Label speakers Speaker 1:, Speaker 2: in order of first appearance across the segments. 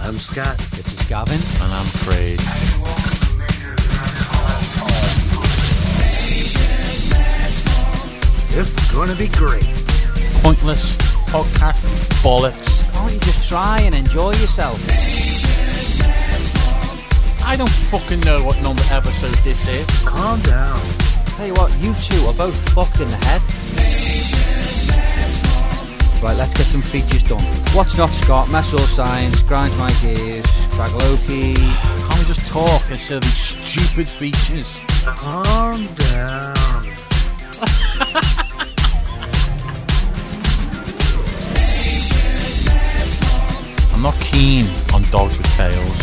Speaker 1: I'm Scott.
Speaker 2: This is Gavin.
Speaker 3: And I'm Craig.
Speaker 1: This is going to be great.
Speaker 3: Pointless podcast bollocks.
Speaker 2: Can't you just try and enjoy yourself?
Speaker 3: I don't fucking know what number episode this is.
Speaker 1: Calm down.
Speaker 2: Tell you what, you two are both fucked in the head. Right, let's get some features done. What's not Scott? Muscle science. Grind my gears. Bagloki.
Speaker 3: Can't we just talk instead of these stupid features?
Speaker 1: Calm down.
Speaker 3: I'm not keen on dogs with tails.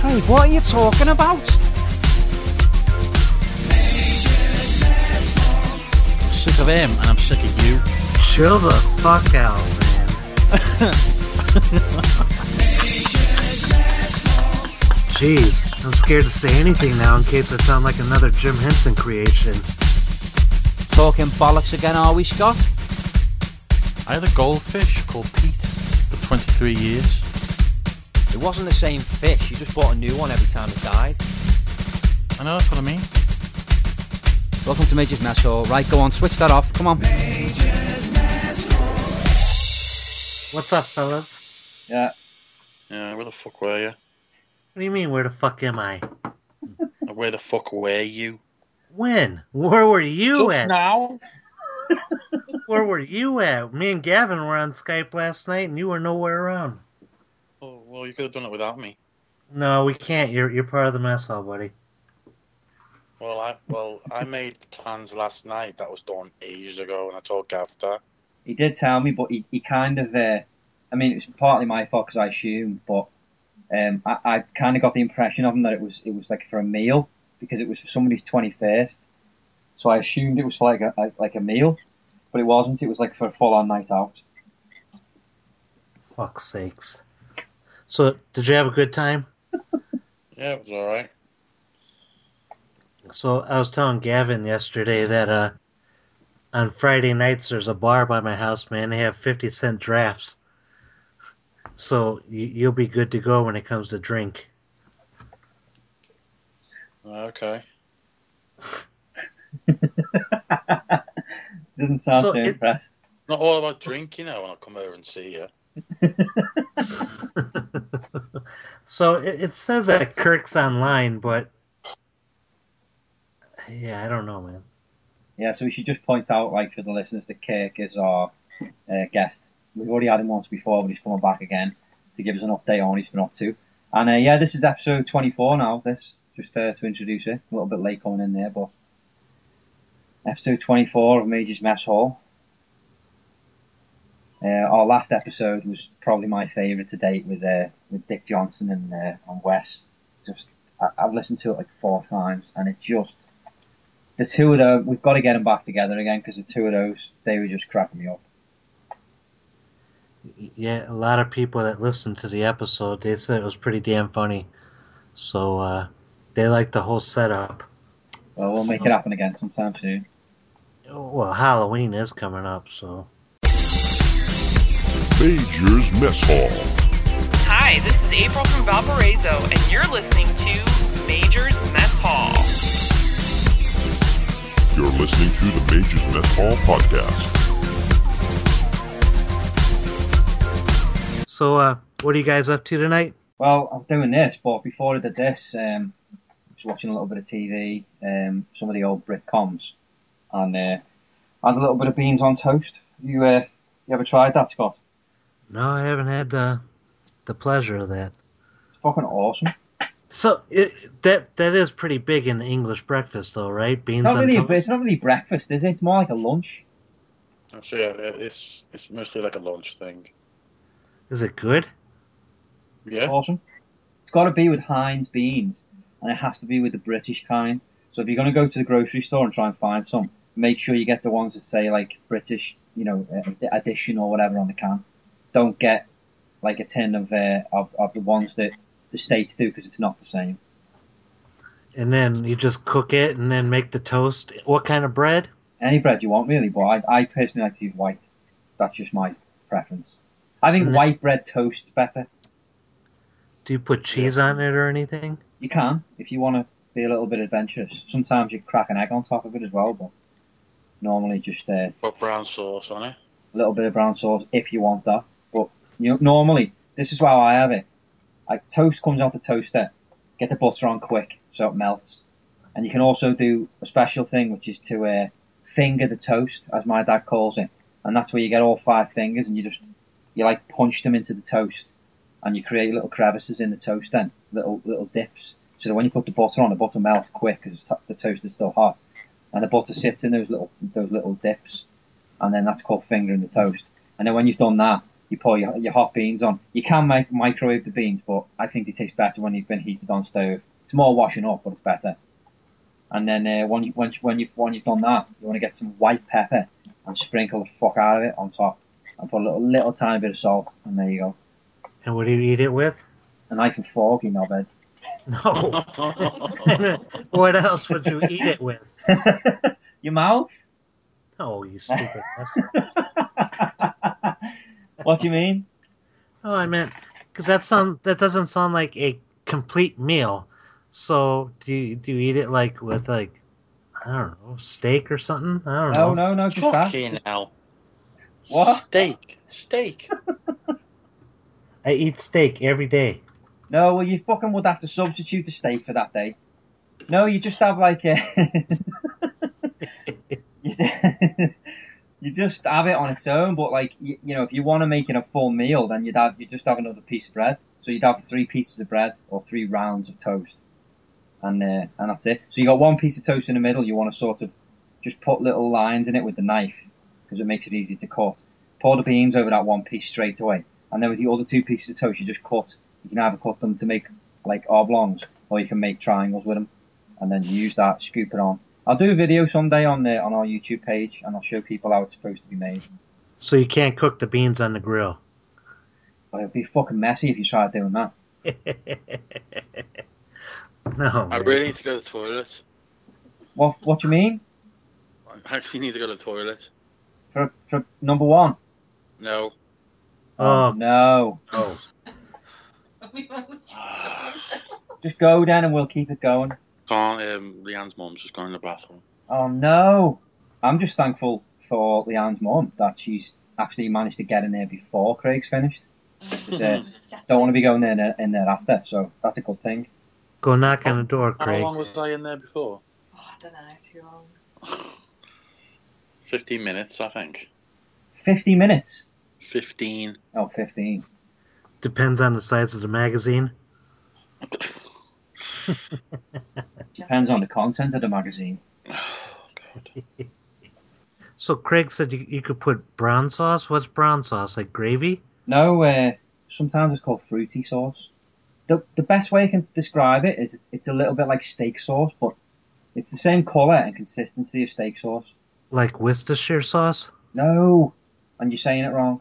Speaker 2: Craig, what are you talking about?
Speaker 3: I'm sick of him and I'm sick of you.
Speaker 1: Chill the fuck out, man. Jeez, I'm scared to say anything now in case I sound like another Jim Henson creation.
Speaker 2: Talking bollocks again, are we, Scott?
Speaker 3: I had a goldfish called Pete for 23 years.
Speaker 2: It wasn't the same fish. You just bought a new one every time it died.
Speaker 3: I know that's what I mean.
Speaker 2: Welcome to Major's Mess Hall. Right, go on, switch that off. Come on.
Speaker 1: What's up, fellas?
Speaker 4: Yeah.
Speaker 3: Yeah, where the fuck were you?
Speaker 1: What do you mean, where the fuck am I?
Speaker 3: Where the fuck were you?
Speaker 1: When? Where were you at?
Speaker 3: now?
Speaker 1: Where were you at? Me and Gavin were on Skype last night and you were nowhere around.
Speaker 3: Oh, well, you could have done it without me.
Speaker 1: No, we can't. You're you're part of the mess hall, buddy.
Speaker 3: Well, I well I made plans last night. That was done ages ago, and I told Gav that.
Speaker 4: He did tell me, but he, he kind of, uh, I mean, it was partly my fault because I assumed, but um, I, I kind of got the impression of him that it was it was like for a meal because it was for somebody's 21st. So I assumed it was for like a, like- like a meal, but it wasn't. It was like for a full on night out.
Speaker 1: Fuck's sakes. So, did you have a good time?
Speaker 3: Yeah, it was all right.
Speaker 1: So, I was telling Gavin yesterday that uh, on Friday nights there's a bar by my house, man. They have 50 cent drafts. So, you, you'll be good to go when it comes to drink.
Speaker 3: Uh, Okay.
Speaker 4: Doesn't sound
Speaker 1: So
Speaker 4: too
Speaker 1: it-
Speaker 4: impressed.
Speaker 3: Not all about drink, you know. And I'll come over and see you.
Speaker 1: So, it, it says that Kirk's online, but. Yeah, I don't know, man.
Speaker 4: Yeah, so we should just point out, like, for the listeners, that Kirk is our uh, guest. We've already had him once before, but he's coming back again to give us an update on what he's been up to. And uh, yeah, this is episode 24 now. This just uh, to introduce it. A little bit late coming in there, but episode 24 of Major's Mess Hall. Uh, our last episode was probably my favourite to date with uh, with Dick Johnson and uh, and Wes. Just I, I've listened to it like four times, and it just the two of those, we've got to get them back together again because the two of those, they were just cracking me up.
Speaker 1: Yeah, a lot of people that listened to the episode, they said it was pretty damn funny. So, uh, they liked the whole setup.
Speaker 4: Well, we'll make
Speaker 1: So-
Speaker 4: it happen again sometime soon.
Speaker 1: Well, Halloween is coming up, so
Speaker 5: Major's Mess Hall.
Speaker 6: Hi, this is April from Valparaiso, and you're listening to Major's Mess Hall.
Speaker 5: You're listening to the Major's Mess Hall podcast.
Speaker 1: so uh, what are you guys up to tonight?
Speaker 4: Well, I'm doing this, but before I did this, um, I was watching a little bit of TV, um, some of the old Brit comms, and uh, had a little bit of beans on toast. You, uh, you ever tried that, Scott?
Speaker 1: No, I haven't had uh, the pleasure of that.
Speaker 4: It's fucking awesome.
Speaker 1: So it, that that is pretty big in the English breakfast, though, right? Beans
Speaker 4: Not
Speaker 1: on
Speaker 4: really, a,
Speaker 1: toast.
Speaker 4: it's not really breakfast, is it? It's more like a lunch.
Speaker 3: So yeah, it- it's it's mostly like a lunch thing.
Speaker 1: Is it good?
Speaker 3: Yeah.
Speaker 4: Awesome. It's got to be with Heinz beans, and it has to be with the British kind. So if you're going to go to the grocery store and try and find some, make sure you get the ones that say like British, you know, uh, edition or whatever on the can. Don't get like a tin of uh, of, of the ones that the states do because it's not the same.
Speaker 1: And then you just cook it, and then make the toast. What kind of bread?
Speaker 4: Any bread you want really, but I, I personally like to use white. That's just my preference. I think
Speaker 1: Mm.
Speaker 4: white bread toast better.
Speaker 1: Do you put cheese on it or anything?
Speaker 4: You can if you want to be a little bit adventurous. Sometimes you crack an egg on top of it as well, but normally just uh, a
Speaker 7: Put brown sauce on it.
Speaker 4: little bit of brown sauce if you want that. But you know, normally this is how I have it. Like toast comes out the toaster, get the butter on quick so it melts, and you can also do a special thing which is to uh, finger the toast, as my dad calls it, and that's where you get all five fingers and you just you like punch them into the toast, and you create little crevices in the toast then, little little dips, so that when you put the butter on, the butter melts quick because the toast is still hot, and the butter sits in those little those little dips, and then that's called fingering the toast. And then when you've done that, you pour your, your hot beans on. You can make microwave the beans, but I think they taste better when they've been heated on stove. It's more washing up, but it's better. And then uh, when you when you, when you when you've done that, you want to get some white pepper and sprinkle the fuck out of it on top, and put a little little tiny bit of salt, and there you go.
Speaker 1: And what do you eat it with?
Speaker 4: A knife and fork, you knobhead.
Speaker 1: No. what else would you eat it with?
Speaker 4: your mouth.
Speaker 1: Oh, you stupid ass.
Speaker 4: what do you mean?
Speaker 1: Oh, I meant because that sound that doesn't sound like a complete meal. So do you do you eat it like with like I don't know steak or something? I don't
Speaker 4: No,
Speaker 1: know.
Speaker 4: no, no, just that.
Speaker 7: Fucking hell.
Speaker 4: What?
Speaker 7: Steak. Steak.
Speaker 1: I eat steak every day.
Speaker 4: No, well, you fucking would have to substitute the steak for that day. No, you just have like a. you just have it on its own, but like you, you know, if you want to make it a full meal, then you'd have you just have another piece of bread. So you'd have three pieces of bread or three rounds of toast, and uh, and that's it. So you got one piece of toast in the middle. You want to sort of just put little lines in it with the knife because it makes it easy to cut. Pour the beans over that one piece straight away, and then with the other two pieces of toast, you just cut you can either cut them to make like oblongs or you can make triangles with them and then use that scoop it on i'll do a video someday on the on our youtube page and i'll show people how it's supposed to be made
Speaker 1: So you can't cook the beans on the grill.
Speaker 4: but it'd be fucking messy if you tried doing that
Speaker 1: no.
Speaker 7: I
Speaker 1: man.
Speaker 7: really need to go to the toilet.
Speaker 4: what what do you mean
Speaker 7: I actually need to go to the toilet.
Speaker 4: for, for number one
Speaker 7: No.
Speaker 1: Oh,
Speaker 4: no
Speaker 1: no.
Speaker 4: just go then and we'll keep it going
Speaker 7: Can't. Um, Leanne's mum's just gone in the bathroom.
Speaker 4: oh no i'm just thankful for leanne's mum that she's actually managed to get in there before craig's finished 'Cause, uh, don't want to be going in there, in there after so that's a good thing
Speaker 1: Go knock on the door,
Speaker 7: How
Speaker 1: Craig.
Speaker 7: long was I in there before?
Speaker 6: I don't know, too long.
Speaker 7: 15 minutes, I think.
Speaker 4: 50 minutes
Speaker 7: 15.
Speaker 4: oh 15
Speaker 1: Depends on the size of the magazine.
Speaker 4: Depends on the content of the magazine.
Speaker 1: So Craig said you, you could put brown sauce. What's brown sauce? Like gravy?
Speaker 4: No, uh, sometimes it's called fruity sauce. The, the best way I can describe it is it's, it's a little bit like steak sauce, but it's the same colour and consistency of steak sauce.
Speaker 1: Like Worcestershire sauce?
Speaker 4: No, and you're saying it wrong.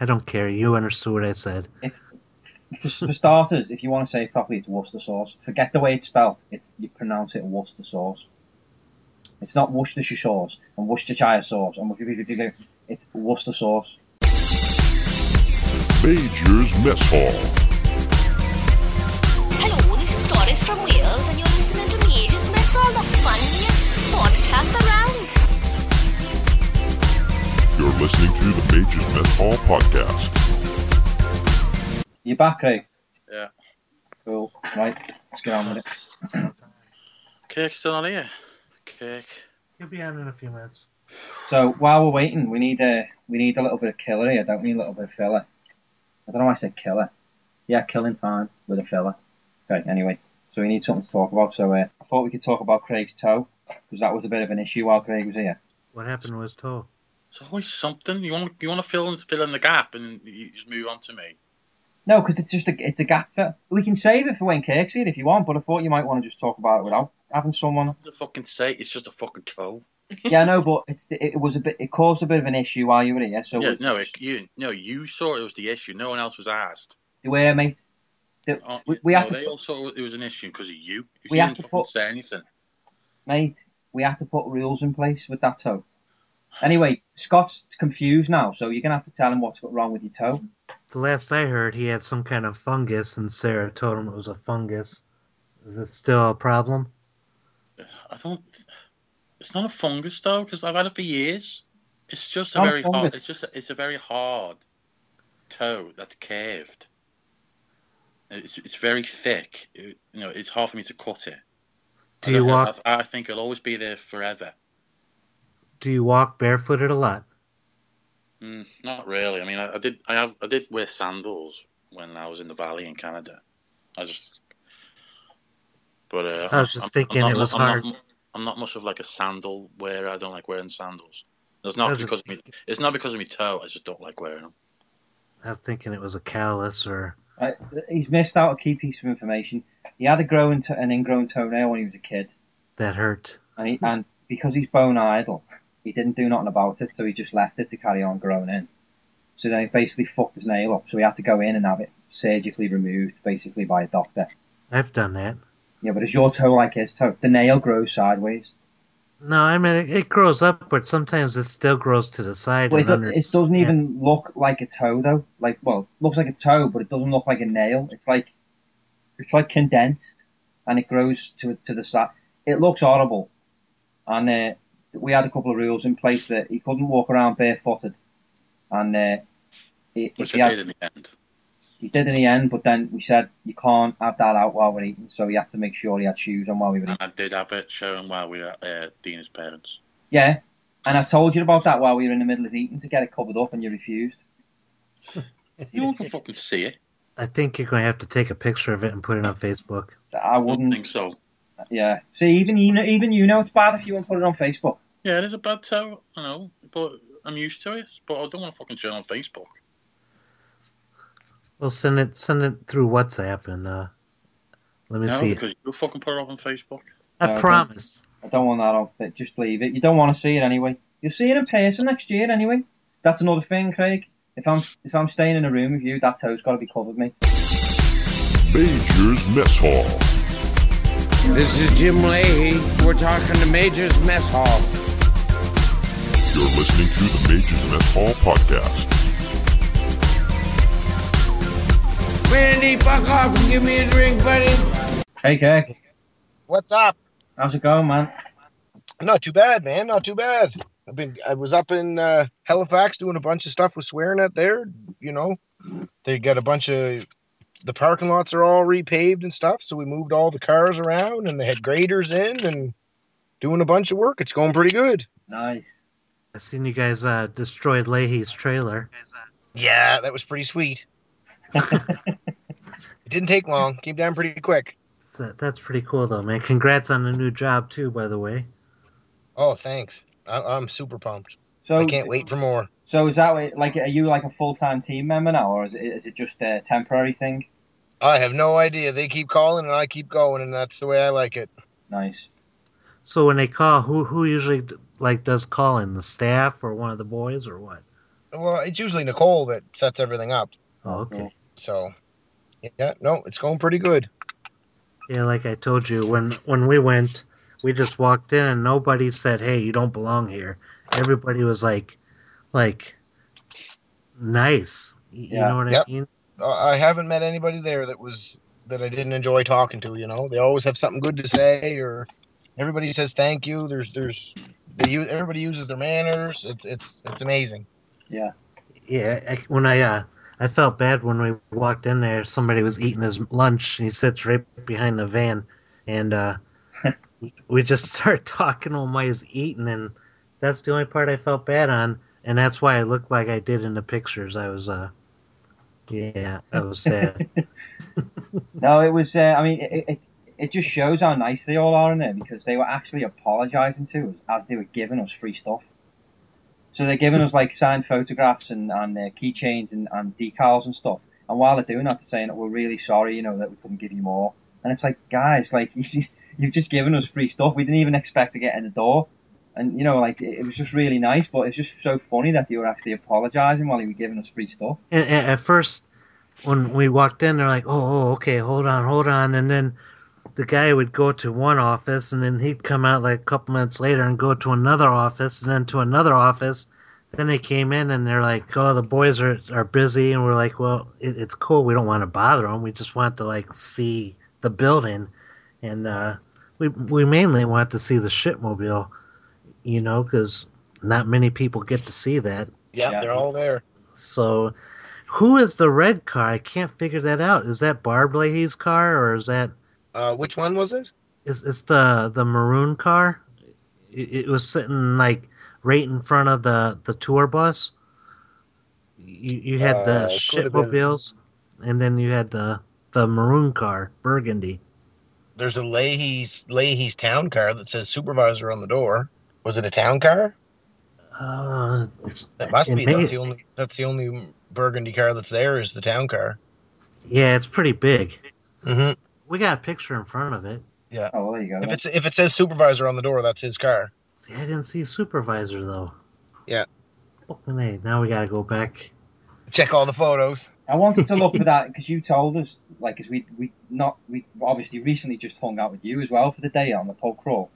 Speaker 1: I don't care. You understood what I said.
Speaker 4: It's for, for starters, if you want to say it properly, it's Worcester sauce. Forget the way it's spelt. It's you pronounce it Worcester sauce. It's not Worcestershire sauce and Worcestershire sauce and it's Worcester sauce.
Speaker 8: Major's Mess Hall.
Speaker 9: Hello, this is Doris from Wales, and you're listening to Major's Miss, all the funniest podcast around.
Speaker 8: You're listening to the Major's Mess Hall podcast.
Speaker 4: You back, Craig?
Speaker 7: Yeah.
Speaker 4: Cool. Right, let's get on with it.
Speaker 7: Kirk's still on here. Kirk.
Speaker 1: You'll be on in a few minutes.
Speaker 4: So while we're waiting, we need a we need a little bit of killer here, don't we? A little bit of filler. I don't know why I said killer. Yeah, killing time with a filler. Okay. Anyway, so we need something to talk about. So uh, I thought we could talk about Craig's toe because that was a bit of an issue while Craig was here.
Speaker 1: What happened to his toe?
Speaker 7: It's always something. You want you want to fill in, fill in the gap and you just move on to me.
Speaker 4: No, because it's just a it's a gap for we can save it for when Craig's here if you want. But I thought you might want to just talk about it without having someone.
Speaker 7: It's a fucking say it's just a fucking toe.
Speaker 4: yeah, no, but it's it was a bit it caused a bit of an issue while you were here. So
Speaker 7: Yeah, no, it, you no, you saw it was the issue. No one else was asked.
Speaker 4: you were mate. The-
Speaker 7: Oh,
Speaker 4: we, we had to
Speaker 7: no, they all saw it was an issue because of you. If
Speaker 4: We
Speaker 7: you
Speaker 4: had
Speaker 7: didn't
Speaker 4: to
Speaker 7: fucking
Speaker 4: put-
Speaker 7: say anything.
Speaker 4: mate, we had to put rules in place with that toe. Anyway, Scott's confused now, so you're gonna have to tell him what's got wrong with your toe.
Speaker 1: the last I heard, he had some kind of fungus, and Sarah told him it was a fungus. Is this still a problem?
Speaker 7: I don't. It's not a fungus though, because I've had it for years. It's just a
Speaker 4: Not a
Speaker 7: very hard.
Speaker 4: fungus.
Speaker 7: It's just. A, it's a very hard toe that's curved. It's it's very thick. It- you know, it's hard for me to cut it.
Speaker 1: Do
Speaker 7: I
Speaker 1: you
Speaker 7: don't-
Speaker 1: walk?
Speaker 7: I, I think it'll always be there forever.
Speaker 1: Do you walk barefooted a lot?
Speaker 7: Mm, not really. I mean, I, I did. I have. I did wear sandals when I was in the valley in Canada. I just. But uh,
Speaker 1: I was just thinking
Speaker 7: not
Speaker 1: it
Speaker 7: mu-
Speaker 1: was
Speaker 7: I'm
Speaker 1: hard.
Speaker 7: Not, mu- I'm not much of like a sandal wearer. I don't like wearing sandals. It's not
Speaker 1: I was
Speaker 7: because
Speaker 1: just
Speaker 7: of me. It's not because of me toe. I just don't like wearing them.
Speaker 1: I was thinking it was a callus or
Speaker 4: Uh, he's missed out a key piece of information. He had a growing to- an ingrown toenail when he was a kid,
Speaker 1: that hurt.
Speaker 4: and, he, and because he's bone idle, he didn't do nothing about it, so he just left it to carry on growing in. So then he basically fucked his nail up, so he had to go in and have it surgically removed, basically by a doctor.
Speaker 1: I've done that.
Speaker 4: Yeah, but is your toe like his toe? The nail grows sideways.
Speaker 1: No, I mean it, it grows up, but sometimes it still grows to the side.
Speaker 4: Well, it,
Speaker 1: and
Speaker 4: do-
Speaker 1: under
Speaker 4: it doesn't even look like a toe though. Like, well, it looks like a toe, but it doesn't look like a nail. It's like, it's like condensed, and it grows to to the side. It looks horrible, and uh, we had a couple of rules in place that he couldn't walk around barefooted, and uh, he, if
Speaker 7: Which
Speaker 4: he,
Speaker 7: I
Speaker 4: had,
Speaker 7: did in the end.
Speaker 4: he did in the end. But then we said you can't have that out while we're eating, so he had to make sure he had shoes on while we were eating.
Speaker 7: And I did have it showing while we were at uh, Dina's parents.
Speaker 4: Yeah, and I told you about that while we were in the middle of eating to get it covered up, and you refused.
Speaker 7: You all can fucking see it.
Speaker 1: I think you're going to have to take a picture of it and put it on Facebook.
Speaker 4: I
Speaker 7: I don't
Speaker 4: wouldn't.
Speaker 7: think so.
Speaker 4: Yeah. See, even you know, even you know it's bad if you want to put it on Facebook.
Speaker 7: Yeah, it is a bad toe. I know, but I'm used to it. But I don't want to fucking show it on Facebook.
Speaker 1: We'll send it send it through WhatsApp and uh, let me
Speaker 7: No,
Speaker 1: see.
Speaker 7: because uh, you fucking put it up on Facebook.
Speaker 1: I
Speaker 4: No, don't.
Speaker 1: promise.
Speaker 4: I don't want that on fit. Just leave it. You don't want to see it anyway. You'll see it in person next year anyway. That's another thing, Craig. If I'm if I'm staying in a room with you, that toe's got to be covered, mate.
Speaker 8: Major's Mess Hall.
Speaker 10: This is Jim Leahy. We're talking to Major's Mess Hall.
Speaker 8: You're listening to the Major's Mess Hall podcast.
Speaker 10: Randy, fuck off and give me a drink, buddy.
Speaker 4: Hey, Craig.
Speaker 5: What's up?
Speaker 4: How's it going, man?
Speaker 5: Not too bad, man. Not too bad. I've been. I was up in uh, Halifax doing a bunch of stuff with swearing at there. You know, they got a bunch of the parking lots are all repaved and stuff. So we moved all the cars around, and they had graders in and doing a bunch of work. It's going pretty good.
Speaker 4: Nice.
Speaker 1: I seen you guys uh, destroyed Leahy's trailer.
Speaker 5: Yeah, that was pretty sweet. it didn't take long. Came down pretty quick.
Speaker 1: That, that's pretty cool though, man. Congrats on the new job too, by the way.
Speaker 5: Oh, thanks. I, I'm super pumped.
Speaker 4: So
Speaker 5: I can't wait for more.
Speaker 4: So is that what- like are you like a full time team member now, or is it is it just a temporary thing?
Speaker 5: I have no idea. They keep calling and I keep going, and that's the way I like it.
Speaker 4: Nice.
Speaker 1: So when they call, who who usually like does call in the staff or one of the boys or what?
Speaker 5: Well, it's usually Nicole that sets everything up.
Speaker 1: Oh, okay.
Speaker 5: So, yeah, no, it's going pretty good.
Speaker 1: Yeah, like I told you, when when we went, we just walked in and nobody said, "Hey, you don't belong here." Everybody was like, like, nice. Y- You
Speaker 4: Yeah.
Speaker 1: know what
Speaker 5: Yep.
Speaker 1: I mean?
Speaker 5: Uh, I haven't met anybody there that was that I didn't enjoy talking to. You know, they always have something good to say, or everybody says thank you. There's there's they use everybody uses their manners. It's it's it's amazing.
Speaker 1: Yeah. I, when I uh, I felt bad when we walked in there. Somebody was eating his lunch. And he sits right behind the van, and uh, we just start talking while he's eating, and that's the only part I felt bad on, and that's why I looked like I did in the pictures. I was uh, yeah, I was sad.
Speaker 4: No, it was. Uh, I mean, it, it it just shows how nice they all are in there because they were actually apologising to us as they were giving us free stuff. So they're giving us like signed photographs and and uh, keychains and, and decals and stuff. And while they're doing that, they're saying that we're really sorry, you know, that we couldn't give you more. And it's like, guys, like you've just given us free stuff. We didn't even expect to get in the door. And you know, like it, it was just really nice, but it's just so funny that they were actually apologising while they were giving us free stuff.
Speaker 1: And, and at first, when we walked in, they're like, "Oh, oh, okay, hold on, hold on," and then the guy would go to one office, and then he'd come out like a couple minutes later and go to another office, and then to another office. Then they came in and they're like, "Oh, the boys are are busy," and we're like, "Well, it, it's cool. We don't want to bother them. We just want to like see the building, and uh, we we mainly want to see the shitmobile, you know, because not many people get to see that.
Speaker 5: Yeah,
Speaker 4: Yeah.
Speaker 5: they're all there.
Speaker 1: So, who is the red car? I can't figure that out. Is that Barb Leahy's car or is that
Speaker 5: Uh, which one was it?
Speaker 1: is it's the the maroon car? It, it was sitting like right in front of the the tour bus. You you had the
Speaker 5: Uh, could have been.
Speaker 1: shitmobiles, and then you had the the maroon car, burgundy.
Speaker 5: There's a Leahy's Leahy's town car that says supervisor on the door. Was it a town car?
Speaker 1: Uh, it's-
Speaker 5: That must
Speaker 1: it
Speaker 5: be.
Speaker 1: may-
Speaker 5: That's the only. That's the only burgundy car that's there is the town car.
Speaker 1: yeah, it's pretty big.
Speaker 5: Mm-hmm.
Speaker 1: We got a picture in front of it.
Speaker 4: Oh, well, there you go.
Speaker 5: If
Speaker 4: then.
Speaker 5: it's if it says supervisor on the door, that's his car.
Speaker 1: See, I didn't see supervisor though.
Speaker 5: Yeah.
Speaker 1: Fucking A, now we gotta go back.
Speaker 5: Check all the photos.
Speaker 4: I wanted to look for that because you told us, like, because we we not we obviously recently just hung out with you as well for the day on the pub crawl,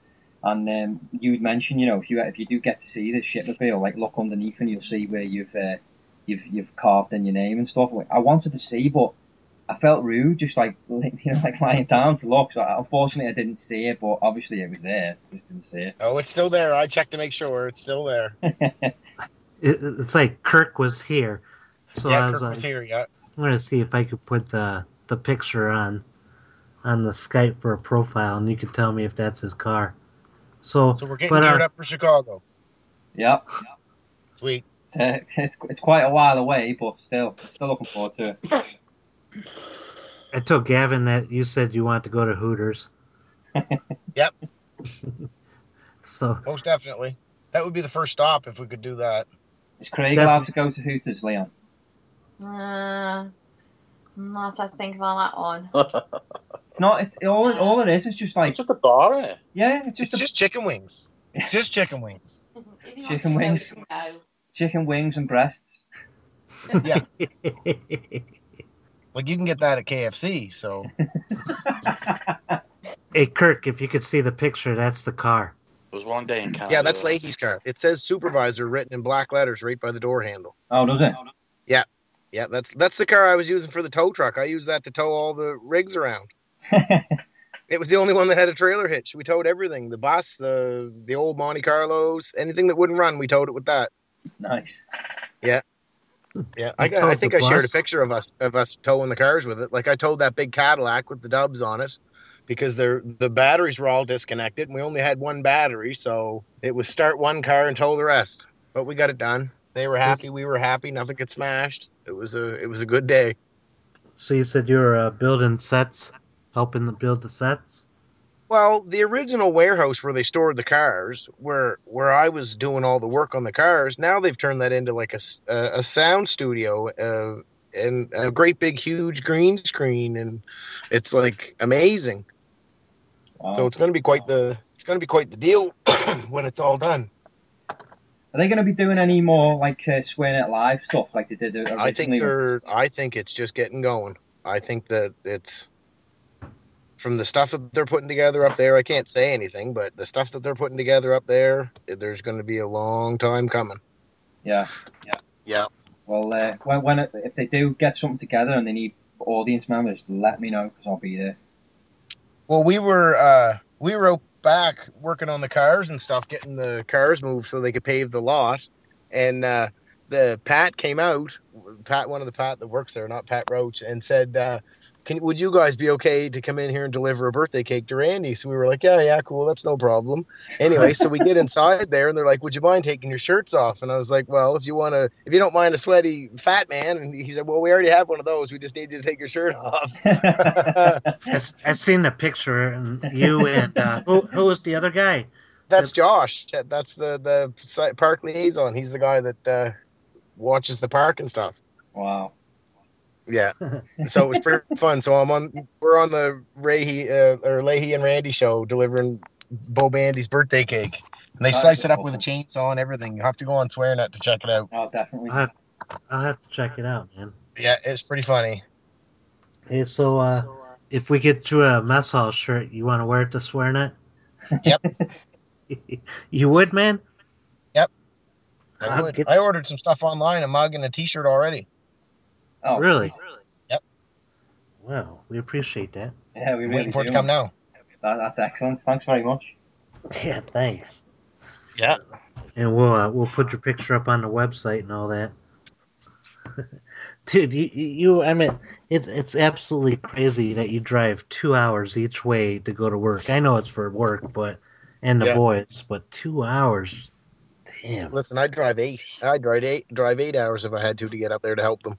Speaker 4: and um, you'd mentioned, you know, if you if you do get to see this shit reveal, like, look underneath and you'll see where you've uh, you've you've carved in your name and stuff. Like, I wanted to see, but I felt rude, just like li- you know, like lying down to look. So I- unfortunately, I didn't see it, but obviously it was there. Just didn't see it.
Speaker 5: Oh, it's still there. I checked to make sure it's still there.
Speaker 1: It, it's like Kirk was here. So I
Speaker 5: yeah,
Speaker 1: was
Speaker 5: Kirk
Speaker 1: like,
Speaker 5: was here. Yeah.
Speaker 1: I'm gonna see if I could put the the picture on on the Skype for a profile, and you can tell me if that's his car. So,
Speaker 5: So we're getting
Speaker 1: but, uh,
Speaker 5: geared up for Chicago.
Speaker 4: Yeah,
Speaker 5: Sweet.
Speaker 4: it's, Uh, it's, it's quite a while away, but still, still looking forward to it.
Speaker 1: I told Gavin that you said you want to go to Hooters.
Speaker 5: Yep. Oh.
Speaker 1: so
Speaker 5: Most definitely. That would be the first stop if we could do that.
Speaker 4: Is Craig
Speaker 1: Definitely.
Speaker 4: allowed to go to Hooters, Leon?
Speaker 11: Uh, not to think about that one.
Speaker 4: It's not. It's all. It, all it is is just like
Speaker 7: It's just a bar, is
Speaker 4: yeah. It's
Speaker 5: It's
Speaker 4: just, a,
Speaker 5: just chicken wings. It's just chicken wings.
Speaker 11: If you want
Speaker 4: Chicken
Speaker 11: to go,
Speaker 4: wings.
Speaker 11: you can go.
Speaker 4: chicken wings and breasts.
Speaker 5: Yeah. Like you can get that at KFC. So
Speaker 1: hey, Kirk, if you could see the picture, that's the car.
Speaker 7: There was one day in Canada.
Speaker 5: yeah, that's Leahy's car. It says supervisor written in black letters right by the door handle.
Speaker 4: oh, does it?
Speaker 5: Yeah, that's that's the car I was using for the tow truck. I used that to tow all the rigs around. It was the only one that had a trailer hitch. We towed everything. The bus, the the old Monte Carlos, anything that wouldn't run, we towed it with that.
Speaker 4: nice.
Speaker 5: Yeah,
Speaker 1: You
Speaker 5: I, got,
Speaker 1: towed
Speaker 5: I
Speaker 1: the
Speaker 5: think I shared a
Speaker 1: bus?
Speaker 5: picture of us of us towing the cars with it. Like I towed that big Cadillac with the dubs on it because they the batteries were all disconnected and we only had one battery, so it was start one car and tow the rest. But we got it done. They were happy, we were happy, nothing got smashed. It was a it was a good day.
Speaker 1: So you said you were uh, building sets, helping to build the sets.
Speaker 5: Well, the original warehouse where they stored the cars, where where I was doing all the work on the cars, now they've turned that into like a, s- a- a sound studio uh, and a great big huge green screen, and it's like amazing.
Speaker 4: Wow.
Speaker 5: So it's going to be quite the it's going to be quite the deal when it's all done.
Speaker 4: Are they going to be doing any more like uh, swearing at live stuff like they did originally?
Speaker 5: I think they're I think it's just getting going. I think that it's from the stuff that they're putting together up there. I can't say anything, but the stuff that they're putting together up there, there's going to be a long time coming.
Speaker 4: Yeah.
Speaker 5: Yeah.
Speaker 4: Well, uh, when, when it, if they do get something together and they need audience members, let me know because I'll be there.
Speaker 5: Well, we were uh, we were out back working on the cars and stuff, getting the cars moved so they could pave the lot. And uh, the Pat came out, Pat, one of the Pat that works there, not Pat Roach, and said, uh, "Can would you guys be okay to come in here and deliver a birthday cake to Randy?" So we were like, "Yeah, yeah, cool, that's no problem." Anyway, so we get inside there, and they're like, "Would you mind taking your shirts off?" And I was like, "Well, if you want to, if you don't mind a sweaty fat man," and he said, "Well, we already have one of those. We just need you to take your shirt off."
Speaker 1: I, s- I seen the picture, and you and uh, who who was the other guy?
Speaker 5: That's
Speaker 1: Yep.
Speaker 5: Josh. That- That's the the si- park liaison. He's the guy that uh, watches the park and stuff.
Speaker 4: wow.
Speaker 5: Yeah. So it was pretty fun. So I'm on. We're on the Rahe uh, or Leahy and Randy show delivering Bo Bandy's birthday cake. And they
Speaker 4: That
Speaker 5: slice
Speaker 4: is
Speaker 5: it up with a
Speaker 4: awesome.
Speaker 5: chainsaw and everything. You have to go on SwearNet to check it out.
Speaker 4: Oh, definitely.
Speaker 1: I'll have, I'll have to check it out, man.
Speaker 5: Yeah, it's pretty funny.
Speaker 1: Hey, so uh, if we get you a mess hall shirt, you want to wear it to swear net?
Speaker 5: Yep.
Speaker 1: you would, man.
Speaker 5: Yep. I
Speaker 1: I'll
Speaker 5: would.
Speaker 1: get-
Speaker 5: I ordered some stuff online. A mug and a T-shirt already.
Speaker 4: Oh,
Speaker 1: Really?
Speaker 5: Yep.
Speaker 1: Wow, we appreciate that.
Speaker 4: Yeah, we
Speaker 5: I'm
Speaker 4: really
Speaker 5: waiting for it
Speaker 4: do.
Speaker 5: to come now.
Speaker 4: That, that's excellent. Thanks very much.
Speaker 1: Yeah, thanks.
Speaker 5: Yeah.
Speaker 1: And we'll uh, we'll put your picture up on the website and all that. Dude, you, you- you I mean it's it's absolutely crazy that you drive two hours each way to go to work. I know it's for work, but and the
Speaker 5: Yeah.
Speaker 1: boys, but two hours, damn.
Speaker 5: Listen, I drive eight. I drive eight. Drive eight hours if I had to to get up there to help them.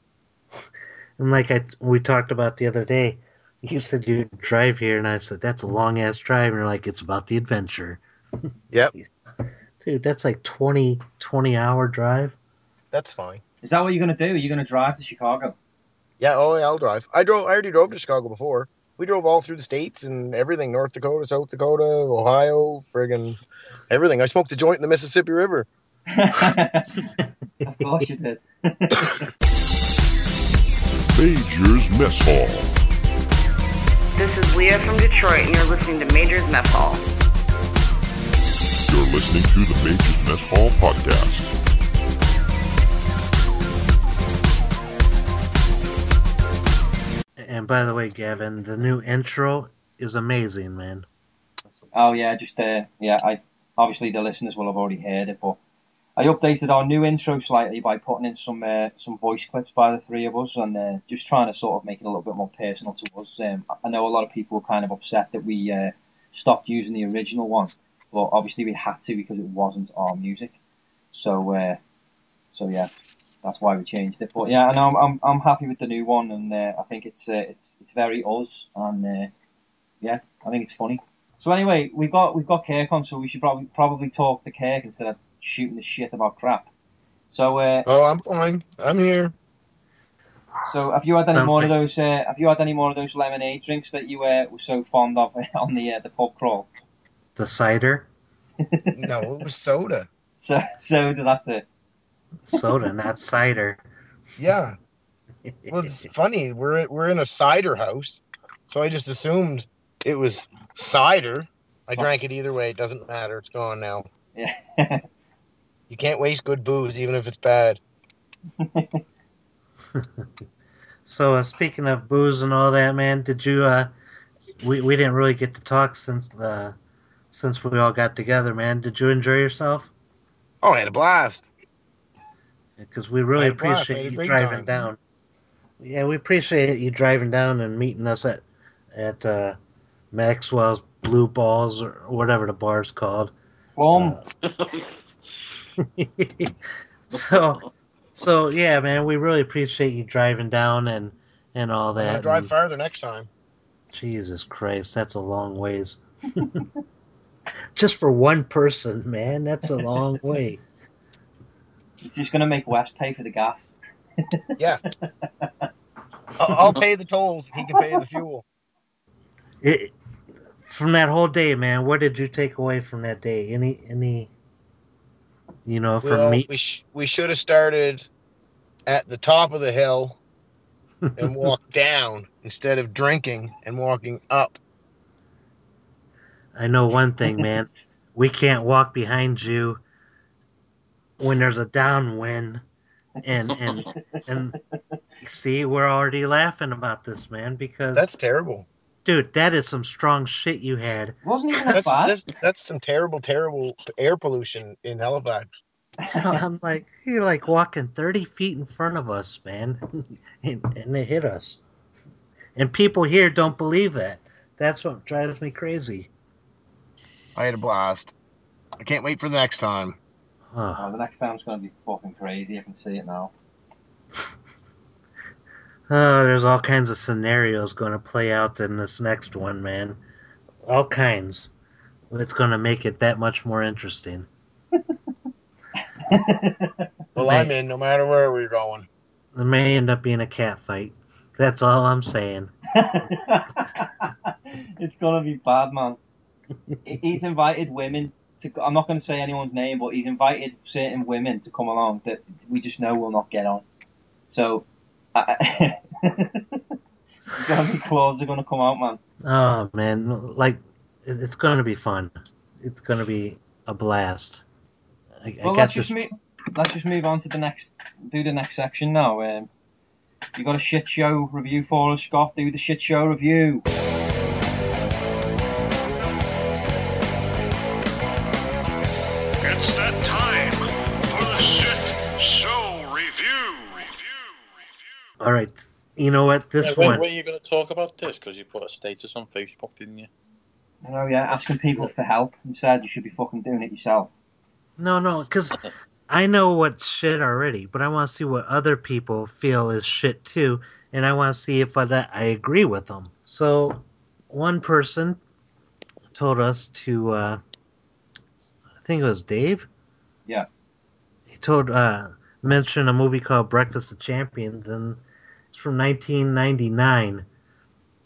Speaker 1: And like I we talked about the other day, you said you drive here, and I said that's a long ass drive, and you're like it's about the adventure,
Speaker 5: Yep.
Speaker 1: dude. That's like 20, 20 hour drive.
Speaker 5: That's fine.
Speaker 4: Is that what you're going to do? You're going to drive to Chicago?
Speaker 5: Yeah. Oh, yeah, I'll drive. I drove. I already drove to Chicago before. We drove all through the states and everything: North Dakota, South Dakota, Ohio, friggin' everything. I smoked a joint in the Mississippi River.
Speaker 4: of course you did.
Speaker 8: Major's Mess Hall.
Speaker 12: This is Leah from Detroit, and you're listening to Major's Mess Hall.
Speaker 8: You're listening to the Major's Mess Hall podcast.
Speaker 1: And by the way, Gavin, the new intro is amazing, man.
Speaker 4: Oh yeah, just uh, yeah. I obviously the listeners will have already heard it, but I updated our new intro slightly by putting in some uh, some voice clips by the three of us, and uh, just trying to sort of make it a little bit more personal to us. Um, I know a lot of people were kind of upset that we uh, stopped using the original one, but obviously we had to because it wasn't our music. So uh, so yeah, that's why we changed it. But yeah, and I'm I'm, I'm happy with the new one, and uh, I think it's uh, it's it's very us, and uh, yeah, I think it's funny. So anyway, we've got we've got Kirk on, so we should probably probably talk to Kirk instead of shooting the shit about crap. So uh,
Speaker 5: Oh, I'm fine. I'm here.
Speaker 4: so have you had any
Speaker 1: Sounds
Speaker 4: more
Speaker 1: like-
Speaker 4: of those? Uh, have you had any more of those lemonade drinks that you uh, were so fond of on the uh, the pub crawl?
Speaker 1: The cider,
Speaker 5: No, it was soda.
Speaker 4: So so did that. uh, The,
Speaker 1: soda, not cider.
Speaker 5: Yeah. Well, it's funny. We're we're in a cider house, so I just assumed it was cider. I drank it either way. It doesn't matter. It's gone now.
Speaker 4: yeah.
Speaker 5: You can't waste good booze, even if it's bad.
Speaker 1: So uh, speaking of booze and all that, man, did you? Uh, we we didn't really get to talk since the since we all got together, man. Did you enjoy yourself?
Speaker 5: Oh, I had a blast.
Speaker 1: Because we really
Speaker 5: I had a blast. I
Speaker 1: appreciate
Speaker 5: had a
Speaker 1: you
Speaker 5: great
Speaker 1: driving
Speaker 5: time.
Speaker 1: down. Yeah, we appreciate you driving down and meeting us at at uh, Maxwell's Blue Balls or whatever the bar's called.
Speaker 4: Plum.
Speaker 1: so so yeah, man, we really appreciate you driving down and and all
Speaker 5: I'm
Speaker 1: that.
Speaker 5: gonna drive
Speaker 1: and-
Speaker 5: farther next time.
Speaker 1: Jesus Christ, that's a long ways. Just for one person, man, that's a long way.
Speaker 4: it's just gonna make West pay for the gas.
Speaker 5: Yeah. I'll, I'll pay the tolls. He can pay the fuel.
Speaker 1: It, from that whole day, man, what did you take away from that day? Any any you know, from
Speaker 5: Well,
Speaker 1: me
Speaker 5: we sh- we should have started at the top of the hill and walked down instead of drinking and walking up.
Speaker 1: I know one thing, man. we can't walk behind you when there's a downwind and and and see, we're already laughing about this, man, because
Speaker 5: That's terrible.
Speaker 1: dude, that is some strong shit you had.
Speaker 4: It wasn't even
Speaker 5: That's,
Speaker 4: that bad.
Speaker 5: that's that's some terrible, terrible air pollution in Halifax.
Speaker 1: I'm like, you're like walking 30 feet in front of us, man. and, and they hit us. And people here don't believe that. That's what drives me crazy.
Speaker 5: I had a blast. I can't wait for the next time.
Speaker 1: Oh,
Speaker 4: Oh, the next time's gonna be fucking crazy. I can see it now.
Speaker 1: Oh, there's all kinds of scenarios going to play out in this next one, man. All kinds. It's going to make it that much more interesting.
Speaker 5: Well, I'm in no matter where we're going.
Speaker 1: It may end up being a cat fight. That's all I'm saying.
Speaker 4: it's gonna be bad, man. He- He's invited women to. co- I'm not going to say anyone's name, but he's invited certain women to come along that we just know will not get on. So, I, gonna be claws are going to come out, man.
Speaker 1: Oh, man. Like, it- it's going to be fun. It's going to be a blast. I, I
Speaker 4: Well,
Speaker 1: got
Speaker 4: let's
Speaker 1: this
Speaker 4: just move. let's just move on to the next, do the next section now. Um, you got a shit show review for us, Scott? Do the shit show review.
Speaker 13: It's that time for the shit show review.
Speaker 1: All right. You know what? This
Speaker 7: Yeah, when,
Speaker 1: one.
Speaker 7: when are you going to talk about this? Because you put a status on Facebook, didn't you?
Speaker 4: Oh yeah, asking people for help and said you should be fucking doing it yourself.
Speaker 1: No, no, because I know what's shit already, but I want to see what other people feel is shit too, and I want to see if I, that I agree with them. So, one person told us to, uh, I think it was Dave.
Speaker 4: Yeah.
Speaker 1: He told uh, mentioned a movie called Breakfast of Champions, and it's from 1999,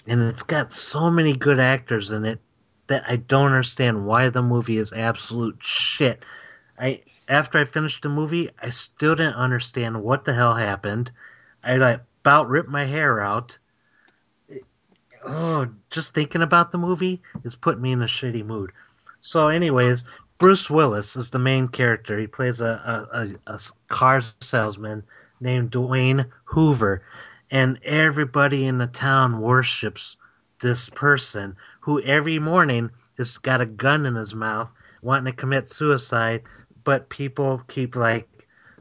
Speaker 1: and it's got so many good actors in it that I don't understand why the movie is absolute shit. I after I finished the movie, I still didn't understand what the hell happened. I like about ripped my hair out. It- oh, just thinking about the movie is putting me in a shitty mood. So, anyways, Bruce Willis is the main character. He plays a a, a, a s- car salesman named Dwayne Hoover, and everybody in the town worships this person who every morning has got a gun in his mouth wanting to commit suicide, but people keep like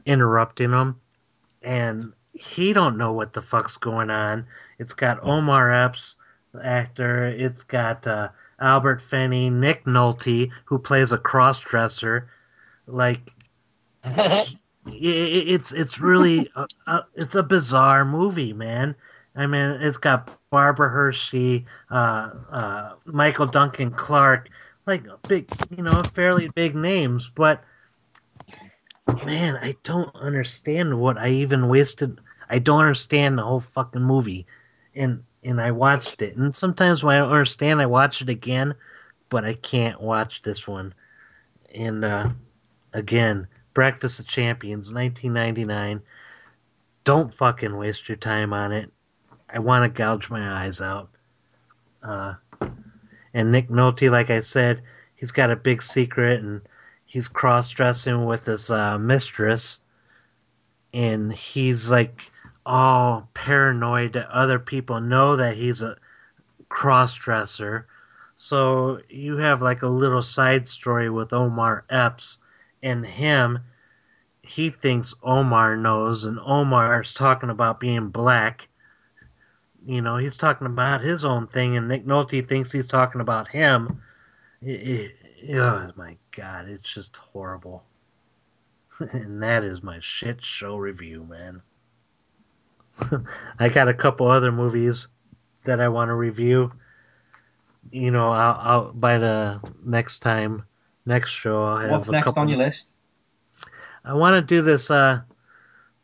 Speaker 1: interrupting him and he don't know what the fuck's going on. It's got Omar Epps, the actor, it's got uh, Albert Finney, Nick Nolte, who plays a cross dresser. Like i- i- it's it's really a, a, it's a bizarre movie, man. I mean, it's got Barbara Hershey, uh, uh, Michael Duncan Clark, like big, you know, fairly big names. But man, I don't understand what I even wasted. I don't understand the whole fucking movie, and and I watched it. And sometimes when I don't understand, I watch it again. But I can't watch this one. And uh, again, Breakfast of Champions, 1999. Don't fucking waste your time on it. I want to gouge my eyes out. Uh, and Nick Nolte, like I said, he's got a big secret and he's cross dressing with his uh, mistress. And he's like all paranoid that other people know that he's a cross dresser. So you have like a little side story with Omar Epps and him. He thinks Omar knows, and Omar's talking about being black you know he's talking about his own thing and nick nolte thinks he's talking about him I- I- oh my god it's just horrible and that is my shit show review man i got a couple other movies that i want to review you know i'll, I'll by the next time next show i'll have
Speaker 4: What's
Speaker 1: a
Speaker 4: next
Speaker 1: couple
Speaker 4: on your list?
Speaker 1: I want to do this uh,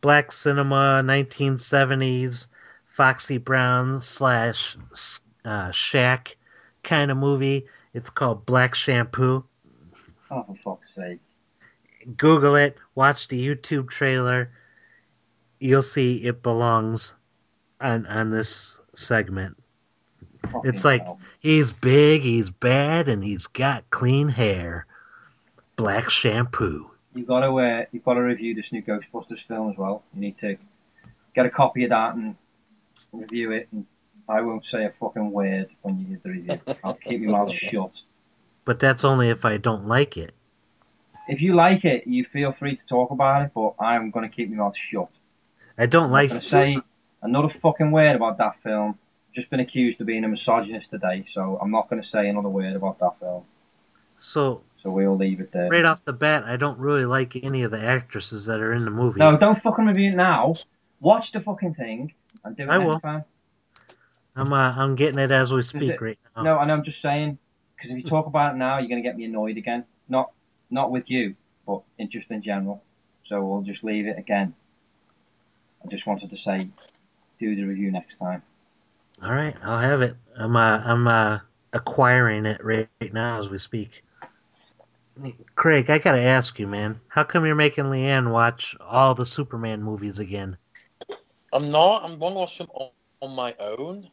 Speaker 1: black cinema 1970s Foxy Brown slash uh, Shaq kind of movie. It's called Black Shampoo.
Speaker 4: Oh, for fuck's sake.
Speaker 1: Google it. Watch the YouTube trailer. You'll see it belongs on on this segment. it's like he's big, he's bad, and he's got clean hair. Black shampoo.
Speaker 4: You've got to uh, you've got to review this new Ghostbusters film as well. You need to get a copy of that and review it. And I won't say a fucking word when you give the review. I'll keep my mouth shut.
Speaker 1: But that's only if I don't like it.
Speaker 4: If you like it, you feel free to talk about it, but I'm going to keep my mouth shut.
Speaker 1: I don't
Speaker 4: I'm
Speaker 1: like
Speaker 4: going to say another fucking word about that film. Just been accused of being a misogynist today, so I'm not going to say another word about that film.
Speaker 1: So
Speaker 4: So we'll leave it there.
Speaker 1: right off the bat, I don't really like any of the actresses that are in the movie.
Speaker 4: No, don't fucking review it now. Watch the fucking thing and do it
Speaker 1: I
Speaker 4: next
Speaker 1: will.
Speaker 4: time.
Speaker 1: I'm uh, I'm getting it as we
Speaker 4: Does
Speaker 1: speak
Speaker 4: it-
Speaker 1: right now.
Speaker 4: No, and I'm just saying because if you talk about it now, you're going to get me annoyed again. Not not with you, but in, just in general. So we'll just leave it again. I just wanted to say, do the review next time.
Speaker 1: All right, I'll have it. I'm uh, I'm uh, acquiring it right, right now as we speak. Craig, I gotta ask you, man, how come you're making Leanne watch all the Superman movies again?
Speaker 7: I'm not. I'm going to watch them all on my own.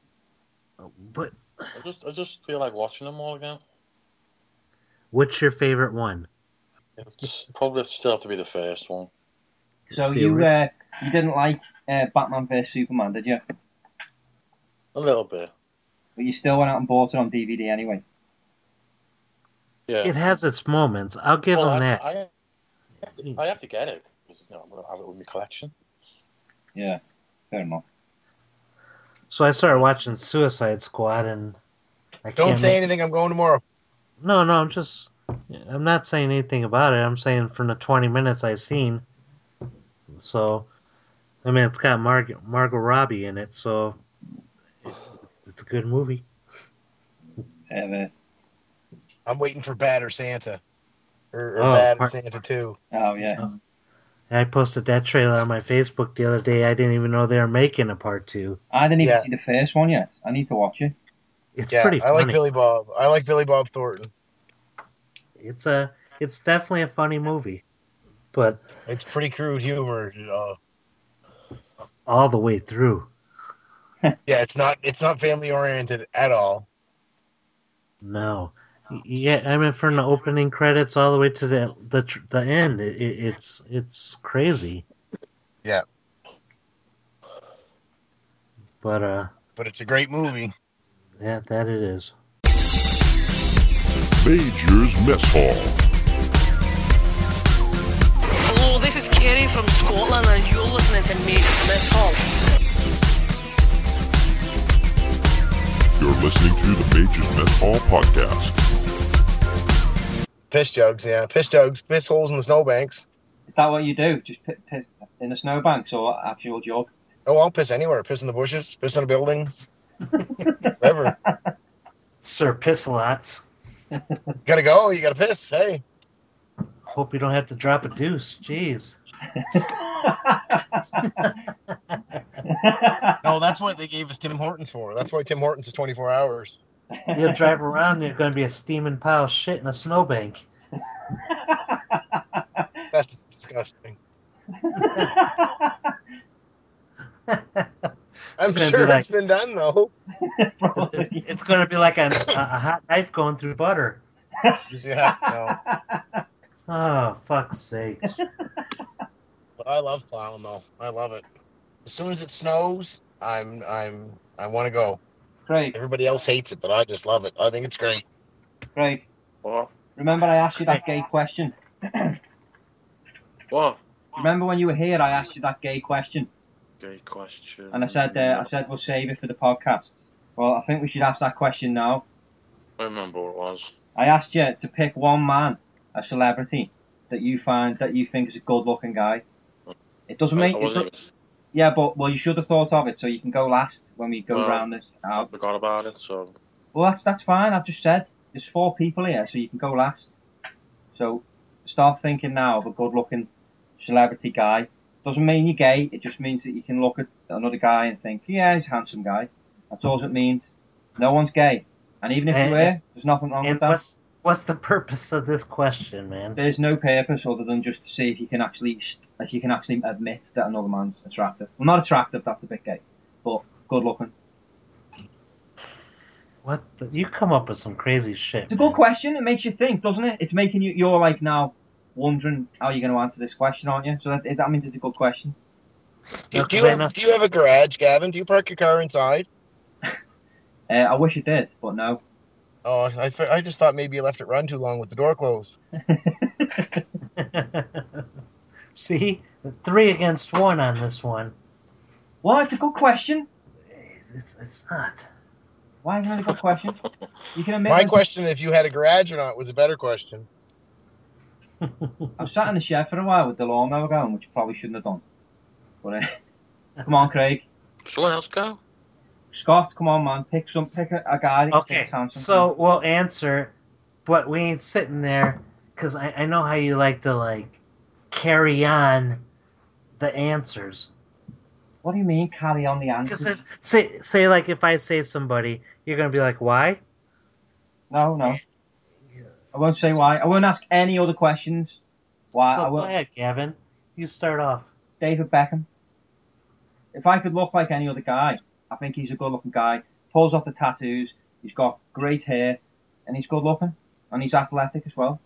Speaker 1: But
Speaker 7: I just, I just feel like watching them all again.
Speaker 1: what's your favorite one?
Speaker 7: It's probably still have to be the first one.
Speaker 4: So
Speaker 1: The
Speaker 4: you
Speaker 1: ori-
Speaker 4: uh, you didn't like uh, Batman vs Superman, did you?
Speaker 7: A little bit.
Speaker 4: But you still went out and bought it on DVD anyway.
Speaker 7: Yeah.
Speaker 1: It has its moments. I'll give
Speaker 7: Well,
Speaker 1: them
Speaker 7: I,
Speaker 1: that.
Speaker 7: I, have to, I have to get it because you know, I'm going to have it with my collection.
Speaker 4: Yeah, fair enough.
Speaker 1: So I started watching Suicide Squad, and I
Speaker 5: Don't
Speaker 1: can't
Speaker 5: say
Speaker 1: make-
Speaker 5: anything. I'm going tomorrow.
Speaker 1: No, no, I'm just. I'm not saying anything about it. I'm saying from the 20 minutes I've seen. So, I mean, it's got Margot Margot Robbie in it, so it's a good movie.
Speaker 5: I'm waiting for Batter Santa. Or, or
Speaker 1: Oh,
Speaker 5: Bad
Speaker 1: part-
Speaker 5: Santa too.
Speaker 4: Oh yeah.
Speaker 1: I posted that trailer on my Facebook the other day. I didn't even know they were making a part two.
Speaker 4: I didn't even
Speaker 1: Yeah.
Speaker 4: see the first one yet. I need to watch it.
Speaker 1: It's
Speaker 5: yeah,
Speaker 1: pretty
Speaker 5: I like
Speaker 1: funny.
Speaker 5: Billy Bob. I like Billy Bob Thornton.
Speaker 1: It's a. It's definitely a funny movie, but
Speaker 5: It's pretty crude humor. Uh,
Speaker 1: all the way through.
Speaker 5: yeah, it's not it's not family oriented at all.
Speaker 1: No. Yeah, I mean, from the opening credits all the way to the the tr- the end, it, it- it's it's crazy.
Speaker 5: Yeah.
Speaker 1: But uh,
Speaker 5: But it's a great movie.
Speaker 1: yeah, that it is.
Speaker 8: Major's Mess Hall.
Speaker 6: Hello, this is Kerry from Scotland, and you're listening to Major's Mess Hall.
Speaker 8: You're listening to the Major's Mess Hall podcast.
Speaker 5: Piss jugs, yeah, piss jugs, piss holes in the snowbanks.
Speaker 4: Is that what you do? Just pi- piss in the snowbanks or actual jog?
Speaker 5: Oh, I'll piss anywhere. Piss in the bushes. Piss in a building. Whatever.
Speaker 1: Sir Piss Lots.
Speaker 5: gotta go. You gotta piss. Hey.
Speaker 1: Hope you don't have to drop a deuce. Jeez.
Speaker 5: No, that's what they gave us Tim Hortons for. That's why Tim Hortons is 24 hours.
Speaker 1: You'll drive around, you're going to be a steaming pile of shit in a snowbank.
Speaker 5: That's disgusting. I'm
Speaker 1: It's gonna be
Speaker 5: sure
Speaker 1: like-
Speaker 5: it's been done though.
Speaker 1: It's, it's going to be like a, a a hot knife going through butter.
Speaker 5: Yeah. No.
Speaker 1: Oh, fuck's sake.
Speaker 5: But I love plowing though. I love it. As soon as it snows, I'm I'm I want to go.
Speaker 4: Great.
Speaker 5: Everybody else hates it, but I just love it. I think it's great.
Speaker 4: Greg, remember I asked you that gay question?
Speaker 7: What?
Speaker 4: Remember when you were here, I asked you that gay question,
Speaker 7: Great question.
Speaker 4: and I said, uh, I said we'll save it for the podcast. Well, I think we should ask that question now.
Speaker 7: I don't remember what it was.
Speaker 4: I asked you to pick one man, a celebrity, that you find that you think is a good-looking guy. It doesn't
Speaker 7: I-
Speaker 4: make.
Speaker 7: I
Speaker 4: it
Speaker 7: wasn't
Speaker 4: does- yeah, but well, you should have thought of it, so you can go last when we go
Speaker 7: Well-
Speaker 4: round this
Speaker 7: I
Speaker 4: out.
Speaker 7: forgot about it, so
Speaker 4: Well, that's that's fine. I've just said there's four people here, so you can go last. So start thinking now of a good-looking celebrity guy. Doesn't mean you're gay. It just means that you can look at another guy and think, yeah, he's a handsome guy. That's all it means. No one's gay, and even if you
Speaker 1: And-
Speaker 4: were, there's nothing wrong
Speaker 1: And
Speaker 4: with that.
Speaker 1: what's, what's the purpose of this question, man?
Speaker 4: There's no purpose other than just to see if you can actually if you can actually admit that another man's attractive. Well, not attractive. That's a bit gay, but good looking.
Speaker 1: What the, you come up with some crazy shit.
Speaker 4: It's a good question. It makes you think, doesn't it? It's making you you're like now wondering how you're going to answer this question, aren't you? So that, that means it's a good question.
Speaker 5: Do, do you
Speaker 4: fair
Speaker 5: have, do you have a garage, Gavin? Do you park your car inside?
Speaker 4: Uh, I wish it did, but no.
Speaker 5: Oh, I, fe- I just thought maybe you left it run too long with the door closed.
Speaker 1: See, three against one on this one.
Speaker 4: Well, it's a good question.
Speaker 1: It's, it's, it's not.
Speaker 4: Why isn't it a good question? You can admit.
Speaker 5: My
Speaker 4: when-
Speaker 5: question, if you had a garage or not, was a better question.
Speaker 4: I sat in the shed for a while with the lawnmower going, which I probably shouldn't have done. But uh, come on, Craig.
Speaker 7: someone else go.
Speaker 4: Scott, come on, man. Pick some. Pick a, a guy. that you
Speaker 1: Okay,
Speaker 4: think's handsome.
Speaker 1: so we'll answer, but we ain't sitting there because I, I know how you like to like carry on the answers.
Speaker 4: What do you mean carry on the
Speaker 1: Because
Speaker 4: answers?
Speaker 1: say say like if I say somebody, you're gonna be like, why?
Speaker 4: No, no. I won't say why. I won't ask any other questions. Why?
Speaker 1: so
Speaker 4: Uh, I
Speaker 1: go
Speaker 4: won't.
Speaker 1: ahead, Gavin. You start off.
Speaker 4: David Beckham. If I could look like any other guy, I think he's a good-looking guy. Pulls off the tattoos. He's got great hair, and he's good-looking, and he's athletic as well.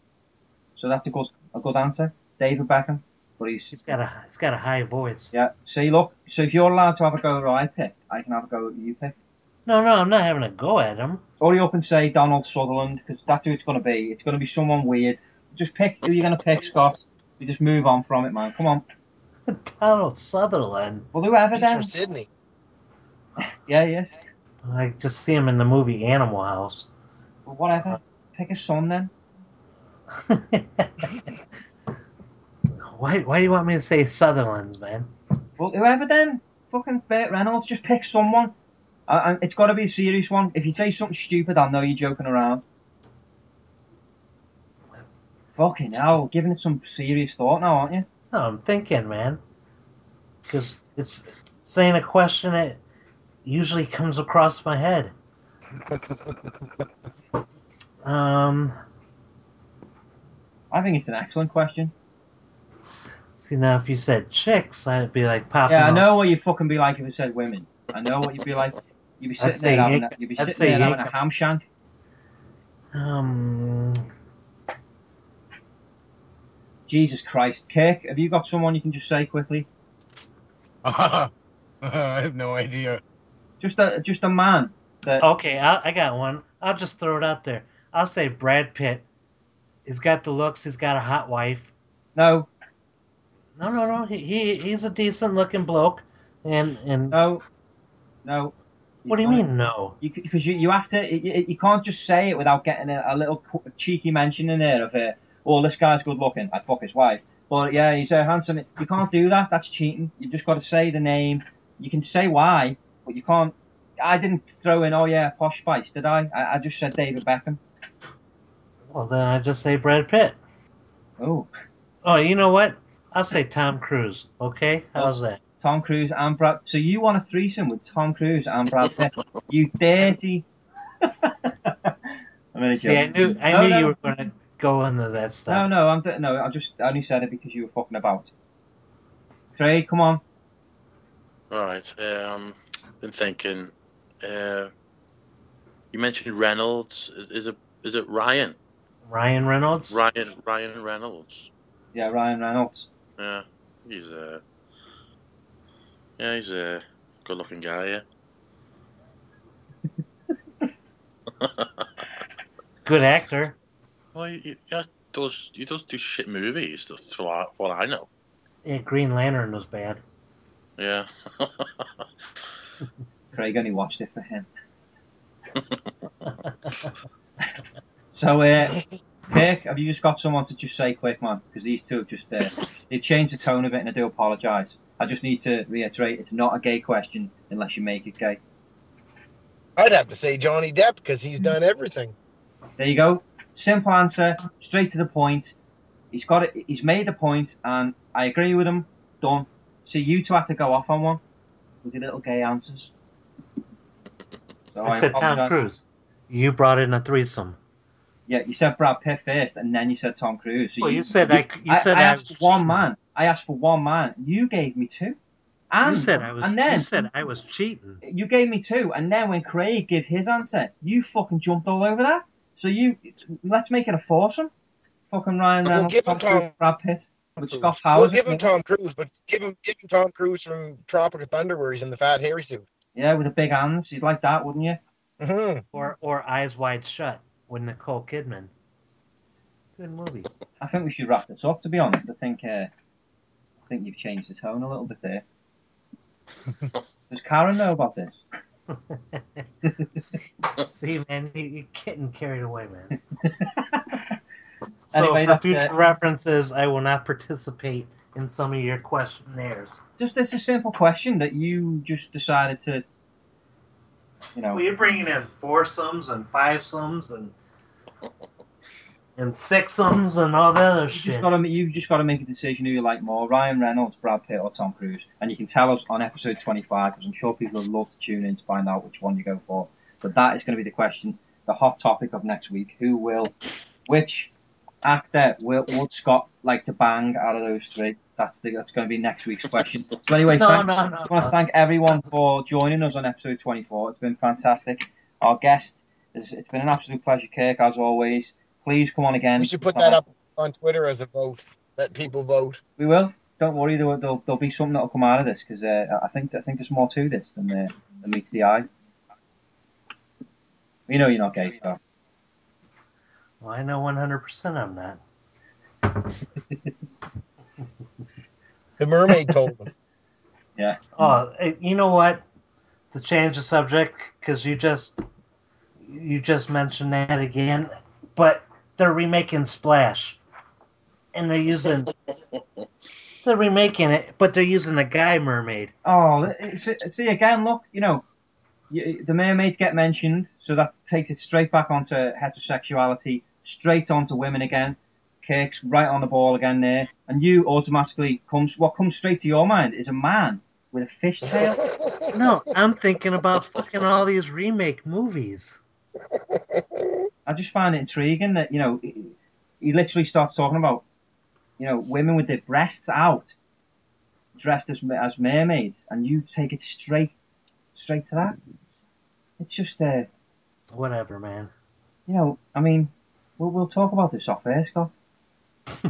Speaker 4: So that's a good, a good answer. David Beckham. But he's
Speaker 1: he's got a he's got a high voice.
Speaker 4: Yeah. See, look. So if you're allowed to have a go at I pick, I can have a go at you pick.
Speaker 1: No, no, I'm not having a go at him.
Speaker 4: Hurry up and say Donald Sutherland because that's who it's going to be. It's going to be someone weird. Just pick who you're going to pick, Scott. You just move on from it, man. Come on.
Speaker 1: Donald Sutherland.
Speaker 4: Well, whoever
Speaker 5: He's
Speaker 4: then.
Speaker 5: from Sydney.
Speaker 4: Yeah, he is.
Speaker 1: I just see him in the movie Animal House.
Speaker 4: Well,
Speaker 1: Uh-huh.
Speaker 4: whatever. Pick a son then.
Speaker 1: Why, why do you want me to say Sutherland's, man?
Speaker 4: Well, whoever then. Fucking Burt Reynolds. Just pick someone. I, I, it's got to be a serious one. If you say something stupid, I know you're joking around. Fucking hell, giving it some serious thought now, aren't you?
Speaker 1: No, I'm thinking, man. Because it's saying a question that usually comes across my head. Um,
Speaker 4: I think it's an excellent question.
Speaker 1: see, now if you said chicks, I'd be like popping
Speaker 4: Yeah, I
Speaker 1: off.
Speaker 4: know what you'd fucking be like if it said women. I know what you'd be like. You'd be
Speaker 1: I'd
Speaker 4: sitting
Speaker 1: say
Speaker 4: there having a,
Speaker 1: yank-
Speaker 4: you'd be
Speaker 1: I'd
Speaker 4: sitting
Speaker 1: say
Speaker 4: there having a
Speaker 1: yank 'em.
Speaker 4: ham shank.
Speaker 1: Um,
Speaker 4: Jesus Christ, Kirk, have you got someone you can just say quickly?
Speaker 5: I have no idea.
Speaker 4: Just a just a man. That,
Speaker 1: okay, I, I got one. I'll just throw it out there. I'll say Brad Pitt. He's got the looks. He's got a hot wife.
Speaker 4: No,
Speaker 1: No, no, no. He, he he's a decent looking bloke. And and
Speaker 4: no, no.
Speaker 1: what do you mean no?
Speaker 4: Because you, you have to you, you can't just say it without getting a, a little qu- cheeky mention in there of uh, oh this guy's good looking I'd fuck his wife but yeah he's uh, handsome you can't do that that's cheating you just got to say the name you can say why but you can't I didn't throw in oh yeah posh spice did I I, I just said David Beckham
Speaker 1: Well, then I just say Brad Pitt.
Speaker 4: oh
Speaker 1: Oh, you know what? I'll say Tom Cruise. Okay, how's that?
Speaker 4: Tom Cruise and Brad so you want a threesome with Tom Cruise and Brad Pitt you dirty I'm only
Speaker 1: See, I
Speaker 4: joking.
Speaker 1: knew I
Speaker 4: Oh, No,
Speaker 1: knew
Speaker 4: no.
Speaker 1: you were going to go into that stuff.
Speaker 4: No, no, I'm d- no. I just I only said it because you were fucking about. Craig, come on.
Speaker 7: All right. Um, been thinking. Uh, you mentioned Reynolds. Is, is it is it Ryan?
Speaker 1: Ryan Reynolds.
Speaker 7: Ryan Ryan Reynolds.
Speaker 4: Yeah, Ryan Reynolds.
Speaker 7: Yeah, he's a yeah he's a good-looking guy. Yeah.
Speaker 1: Good actor.
Speaker 7: Well, he, he just does he does do shit
Speaker 3: dus
Speaker 7: movies. That's what I, what I know.
Speaker 1: Yeah, Green Lantern was bad.
Speaker 7: Yeah.
Speaker 4: Craig only watched it for him. So, uh, Kirk, have you just got someone to just say quick, man? Because these two have just uh, they changed the tone of it, and I do apologise. I just need to reiterate, it's not a gay question unless you make it gay.
Speaker 5: I'd have to say Johnny Depp because he's done everything.
Speaker 4: There you go. Simple answer, straight to the point. He's got it. He's made the point, and I agree with him. Done. So you two had to go off on one with your little gay answers. So
Speaker 1: I said Tom
Speaker 4: apologise.
Speaker 1: Cruise. You brought in a threesome.
Speaker 4: Yeah, you said Brad Pitt first, and then you said Tom Cruise. So
Speaker 1: Well, you said I c- you said
Speaker 4: I,
Speaker 1: I
Speaker 4: asked
Speaker 1: was
Speaker 4: for one
Speaker 1: cheating.
Speaker 4: man. I asked for one man. You gave me two. And,
Speaker 1: you said I was.
Speaker 4: And then
Speaker 1: you said I was cheating.
Speaker 4: you gave me two, and then when Craig gave his answer, you fucking jumped all over that. So you let's make it a foursome. Fucking Ryan
Speaker 5: We'll
Speaker 4: Reynolds,
Speaker 5: give
Speaker 4: Tom
Speaker 5: him
Speaker 4: Cruise,
Speaker 5: time.
Speaker 4: Brad Pitt, with Scott Powers.
Speaker 5: We'll give him
Speaker 4: with-
Speaker 5: Tom Cruise, but give him give him Tom Cruise from Tropic of Thunder where he's in the fat hairy suit.
Speaker 4: Yeah, with the big hands, you'd like that, wouldn't you?
Speaker 5: hmm
Speaker 1: Or or Eyes Wide Shut with Nicole Kidman. Good movie.
Speaker 4: I think we should wrap this up. To be honest, I think uh, I think you've changed the tone a little bit there. Does Karen know about this?
Speaker 1: See, man, you, you're getting carried away, man.
Speaker 4: Anyway,
Speaker 1: so for
Speaker 4: that's
Speaker 1: future
Speaker 4: it.
Speaker 1: references, I will not participate in some of your questionnaires.
Speaker 4: Just it's a simple question that you just decided to, you know.
Speaker 1: Well, you're bringing in foursomes and fivesomes and and sixsomes and all the other
Speaker 4: You just
Speaker 1: shit.
Speaker 4: gotta, you've just got to make a decision who you like more, Ryan Reynolds, Brad Pitt, or Tom Cruise. And you can tell us on episode 25, because I'm sure people would love to tune in to find out which one you go for. But that is going to be the question, the hot topic of next week. Who will, which actor will, would Scott like to bang out of those three? That's the, that's going to be next week's question. So anyway,
Speaker 1: No,
Speaker 4: thanks.
Speaker 1: no, no,
Speaker 4: I want
Speaker 1: no.
Speaker 4: to thank everyone for joining us on episode 24. It's been fantastic. Our guest, it's it's been an absolute pleasure, Kirk, as always. Please come on again.
Speaker 5: We should put that up on Twitter as a vote. Let people vote.
Speaker 4: We will. don't worry, there'll, there'll, there'll be something that'll come out of this because uh, I think I think there's more to this than, uh, than meets the eye. We know you're not gay, Scott.
Speaker 1: Well, I know 100% I'm not.
Speaker 5: The mermaid told him.
Speaker 4: Yeah.
Speaker 1: Oh, eh, you know what? To change the subject, because you just you just mentioned that again, but they're remaking Splash, and they're using they're remaking it, but they're using a guy mermaid.
Speaker 4: Oh, see, see again. Look, you know, y the mermaids get mentioned, so that takes it straight back onto heterosexuality, straight onto women again. Kirk's right on the ball again there, and you automatically comes what comes straight to your mind is a man with a fish tail.
Speaker 1: No, I'm thinking about fucking all these remake movies.
Speaker 4: I just find it intriguing that you know he- he literally starts talking about you know women with their breasts out, dressed as ma- as mermaids, and you take it straight straight to that. It's just uh,
Speaker 1: Whatever, man.
Speaker 4: you know, I mean, we'll we'll talk about this off air, Scott.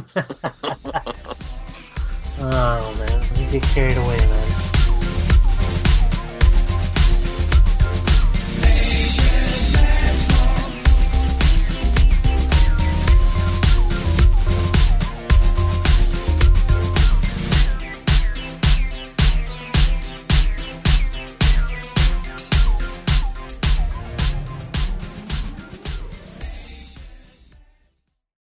Speaker 1: Oh man, let me get carried away, man.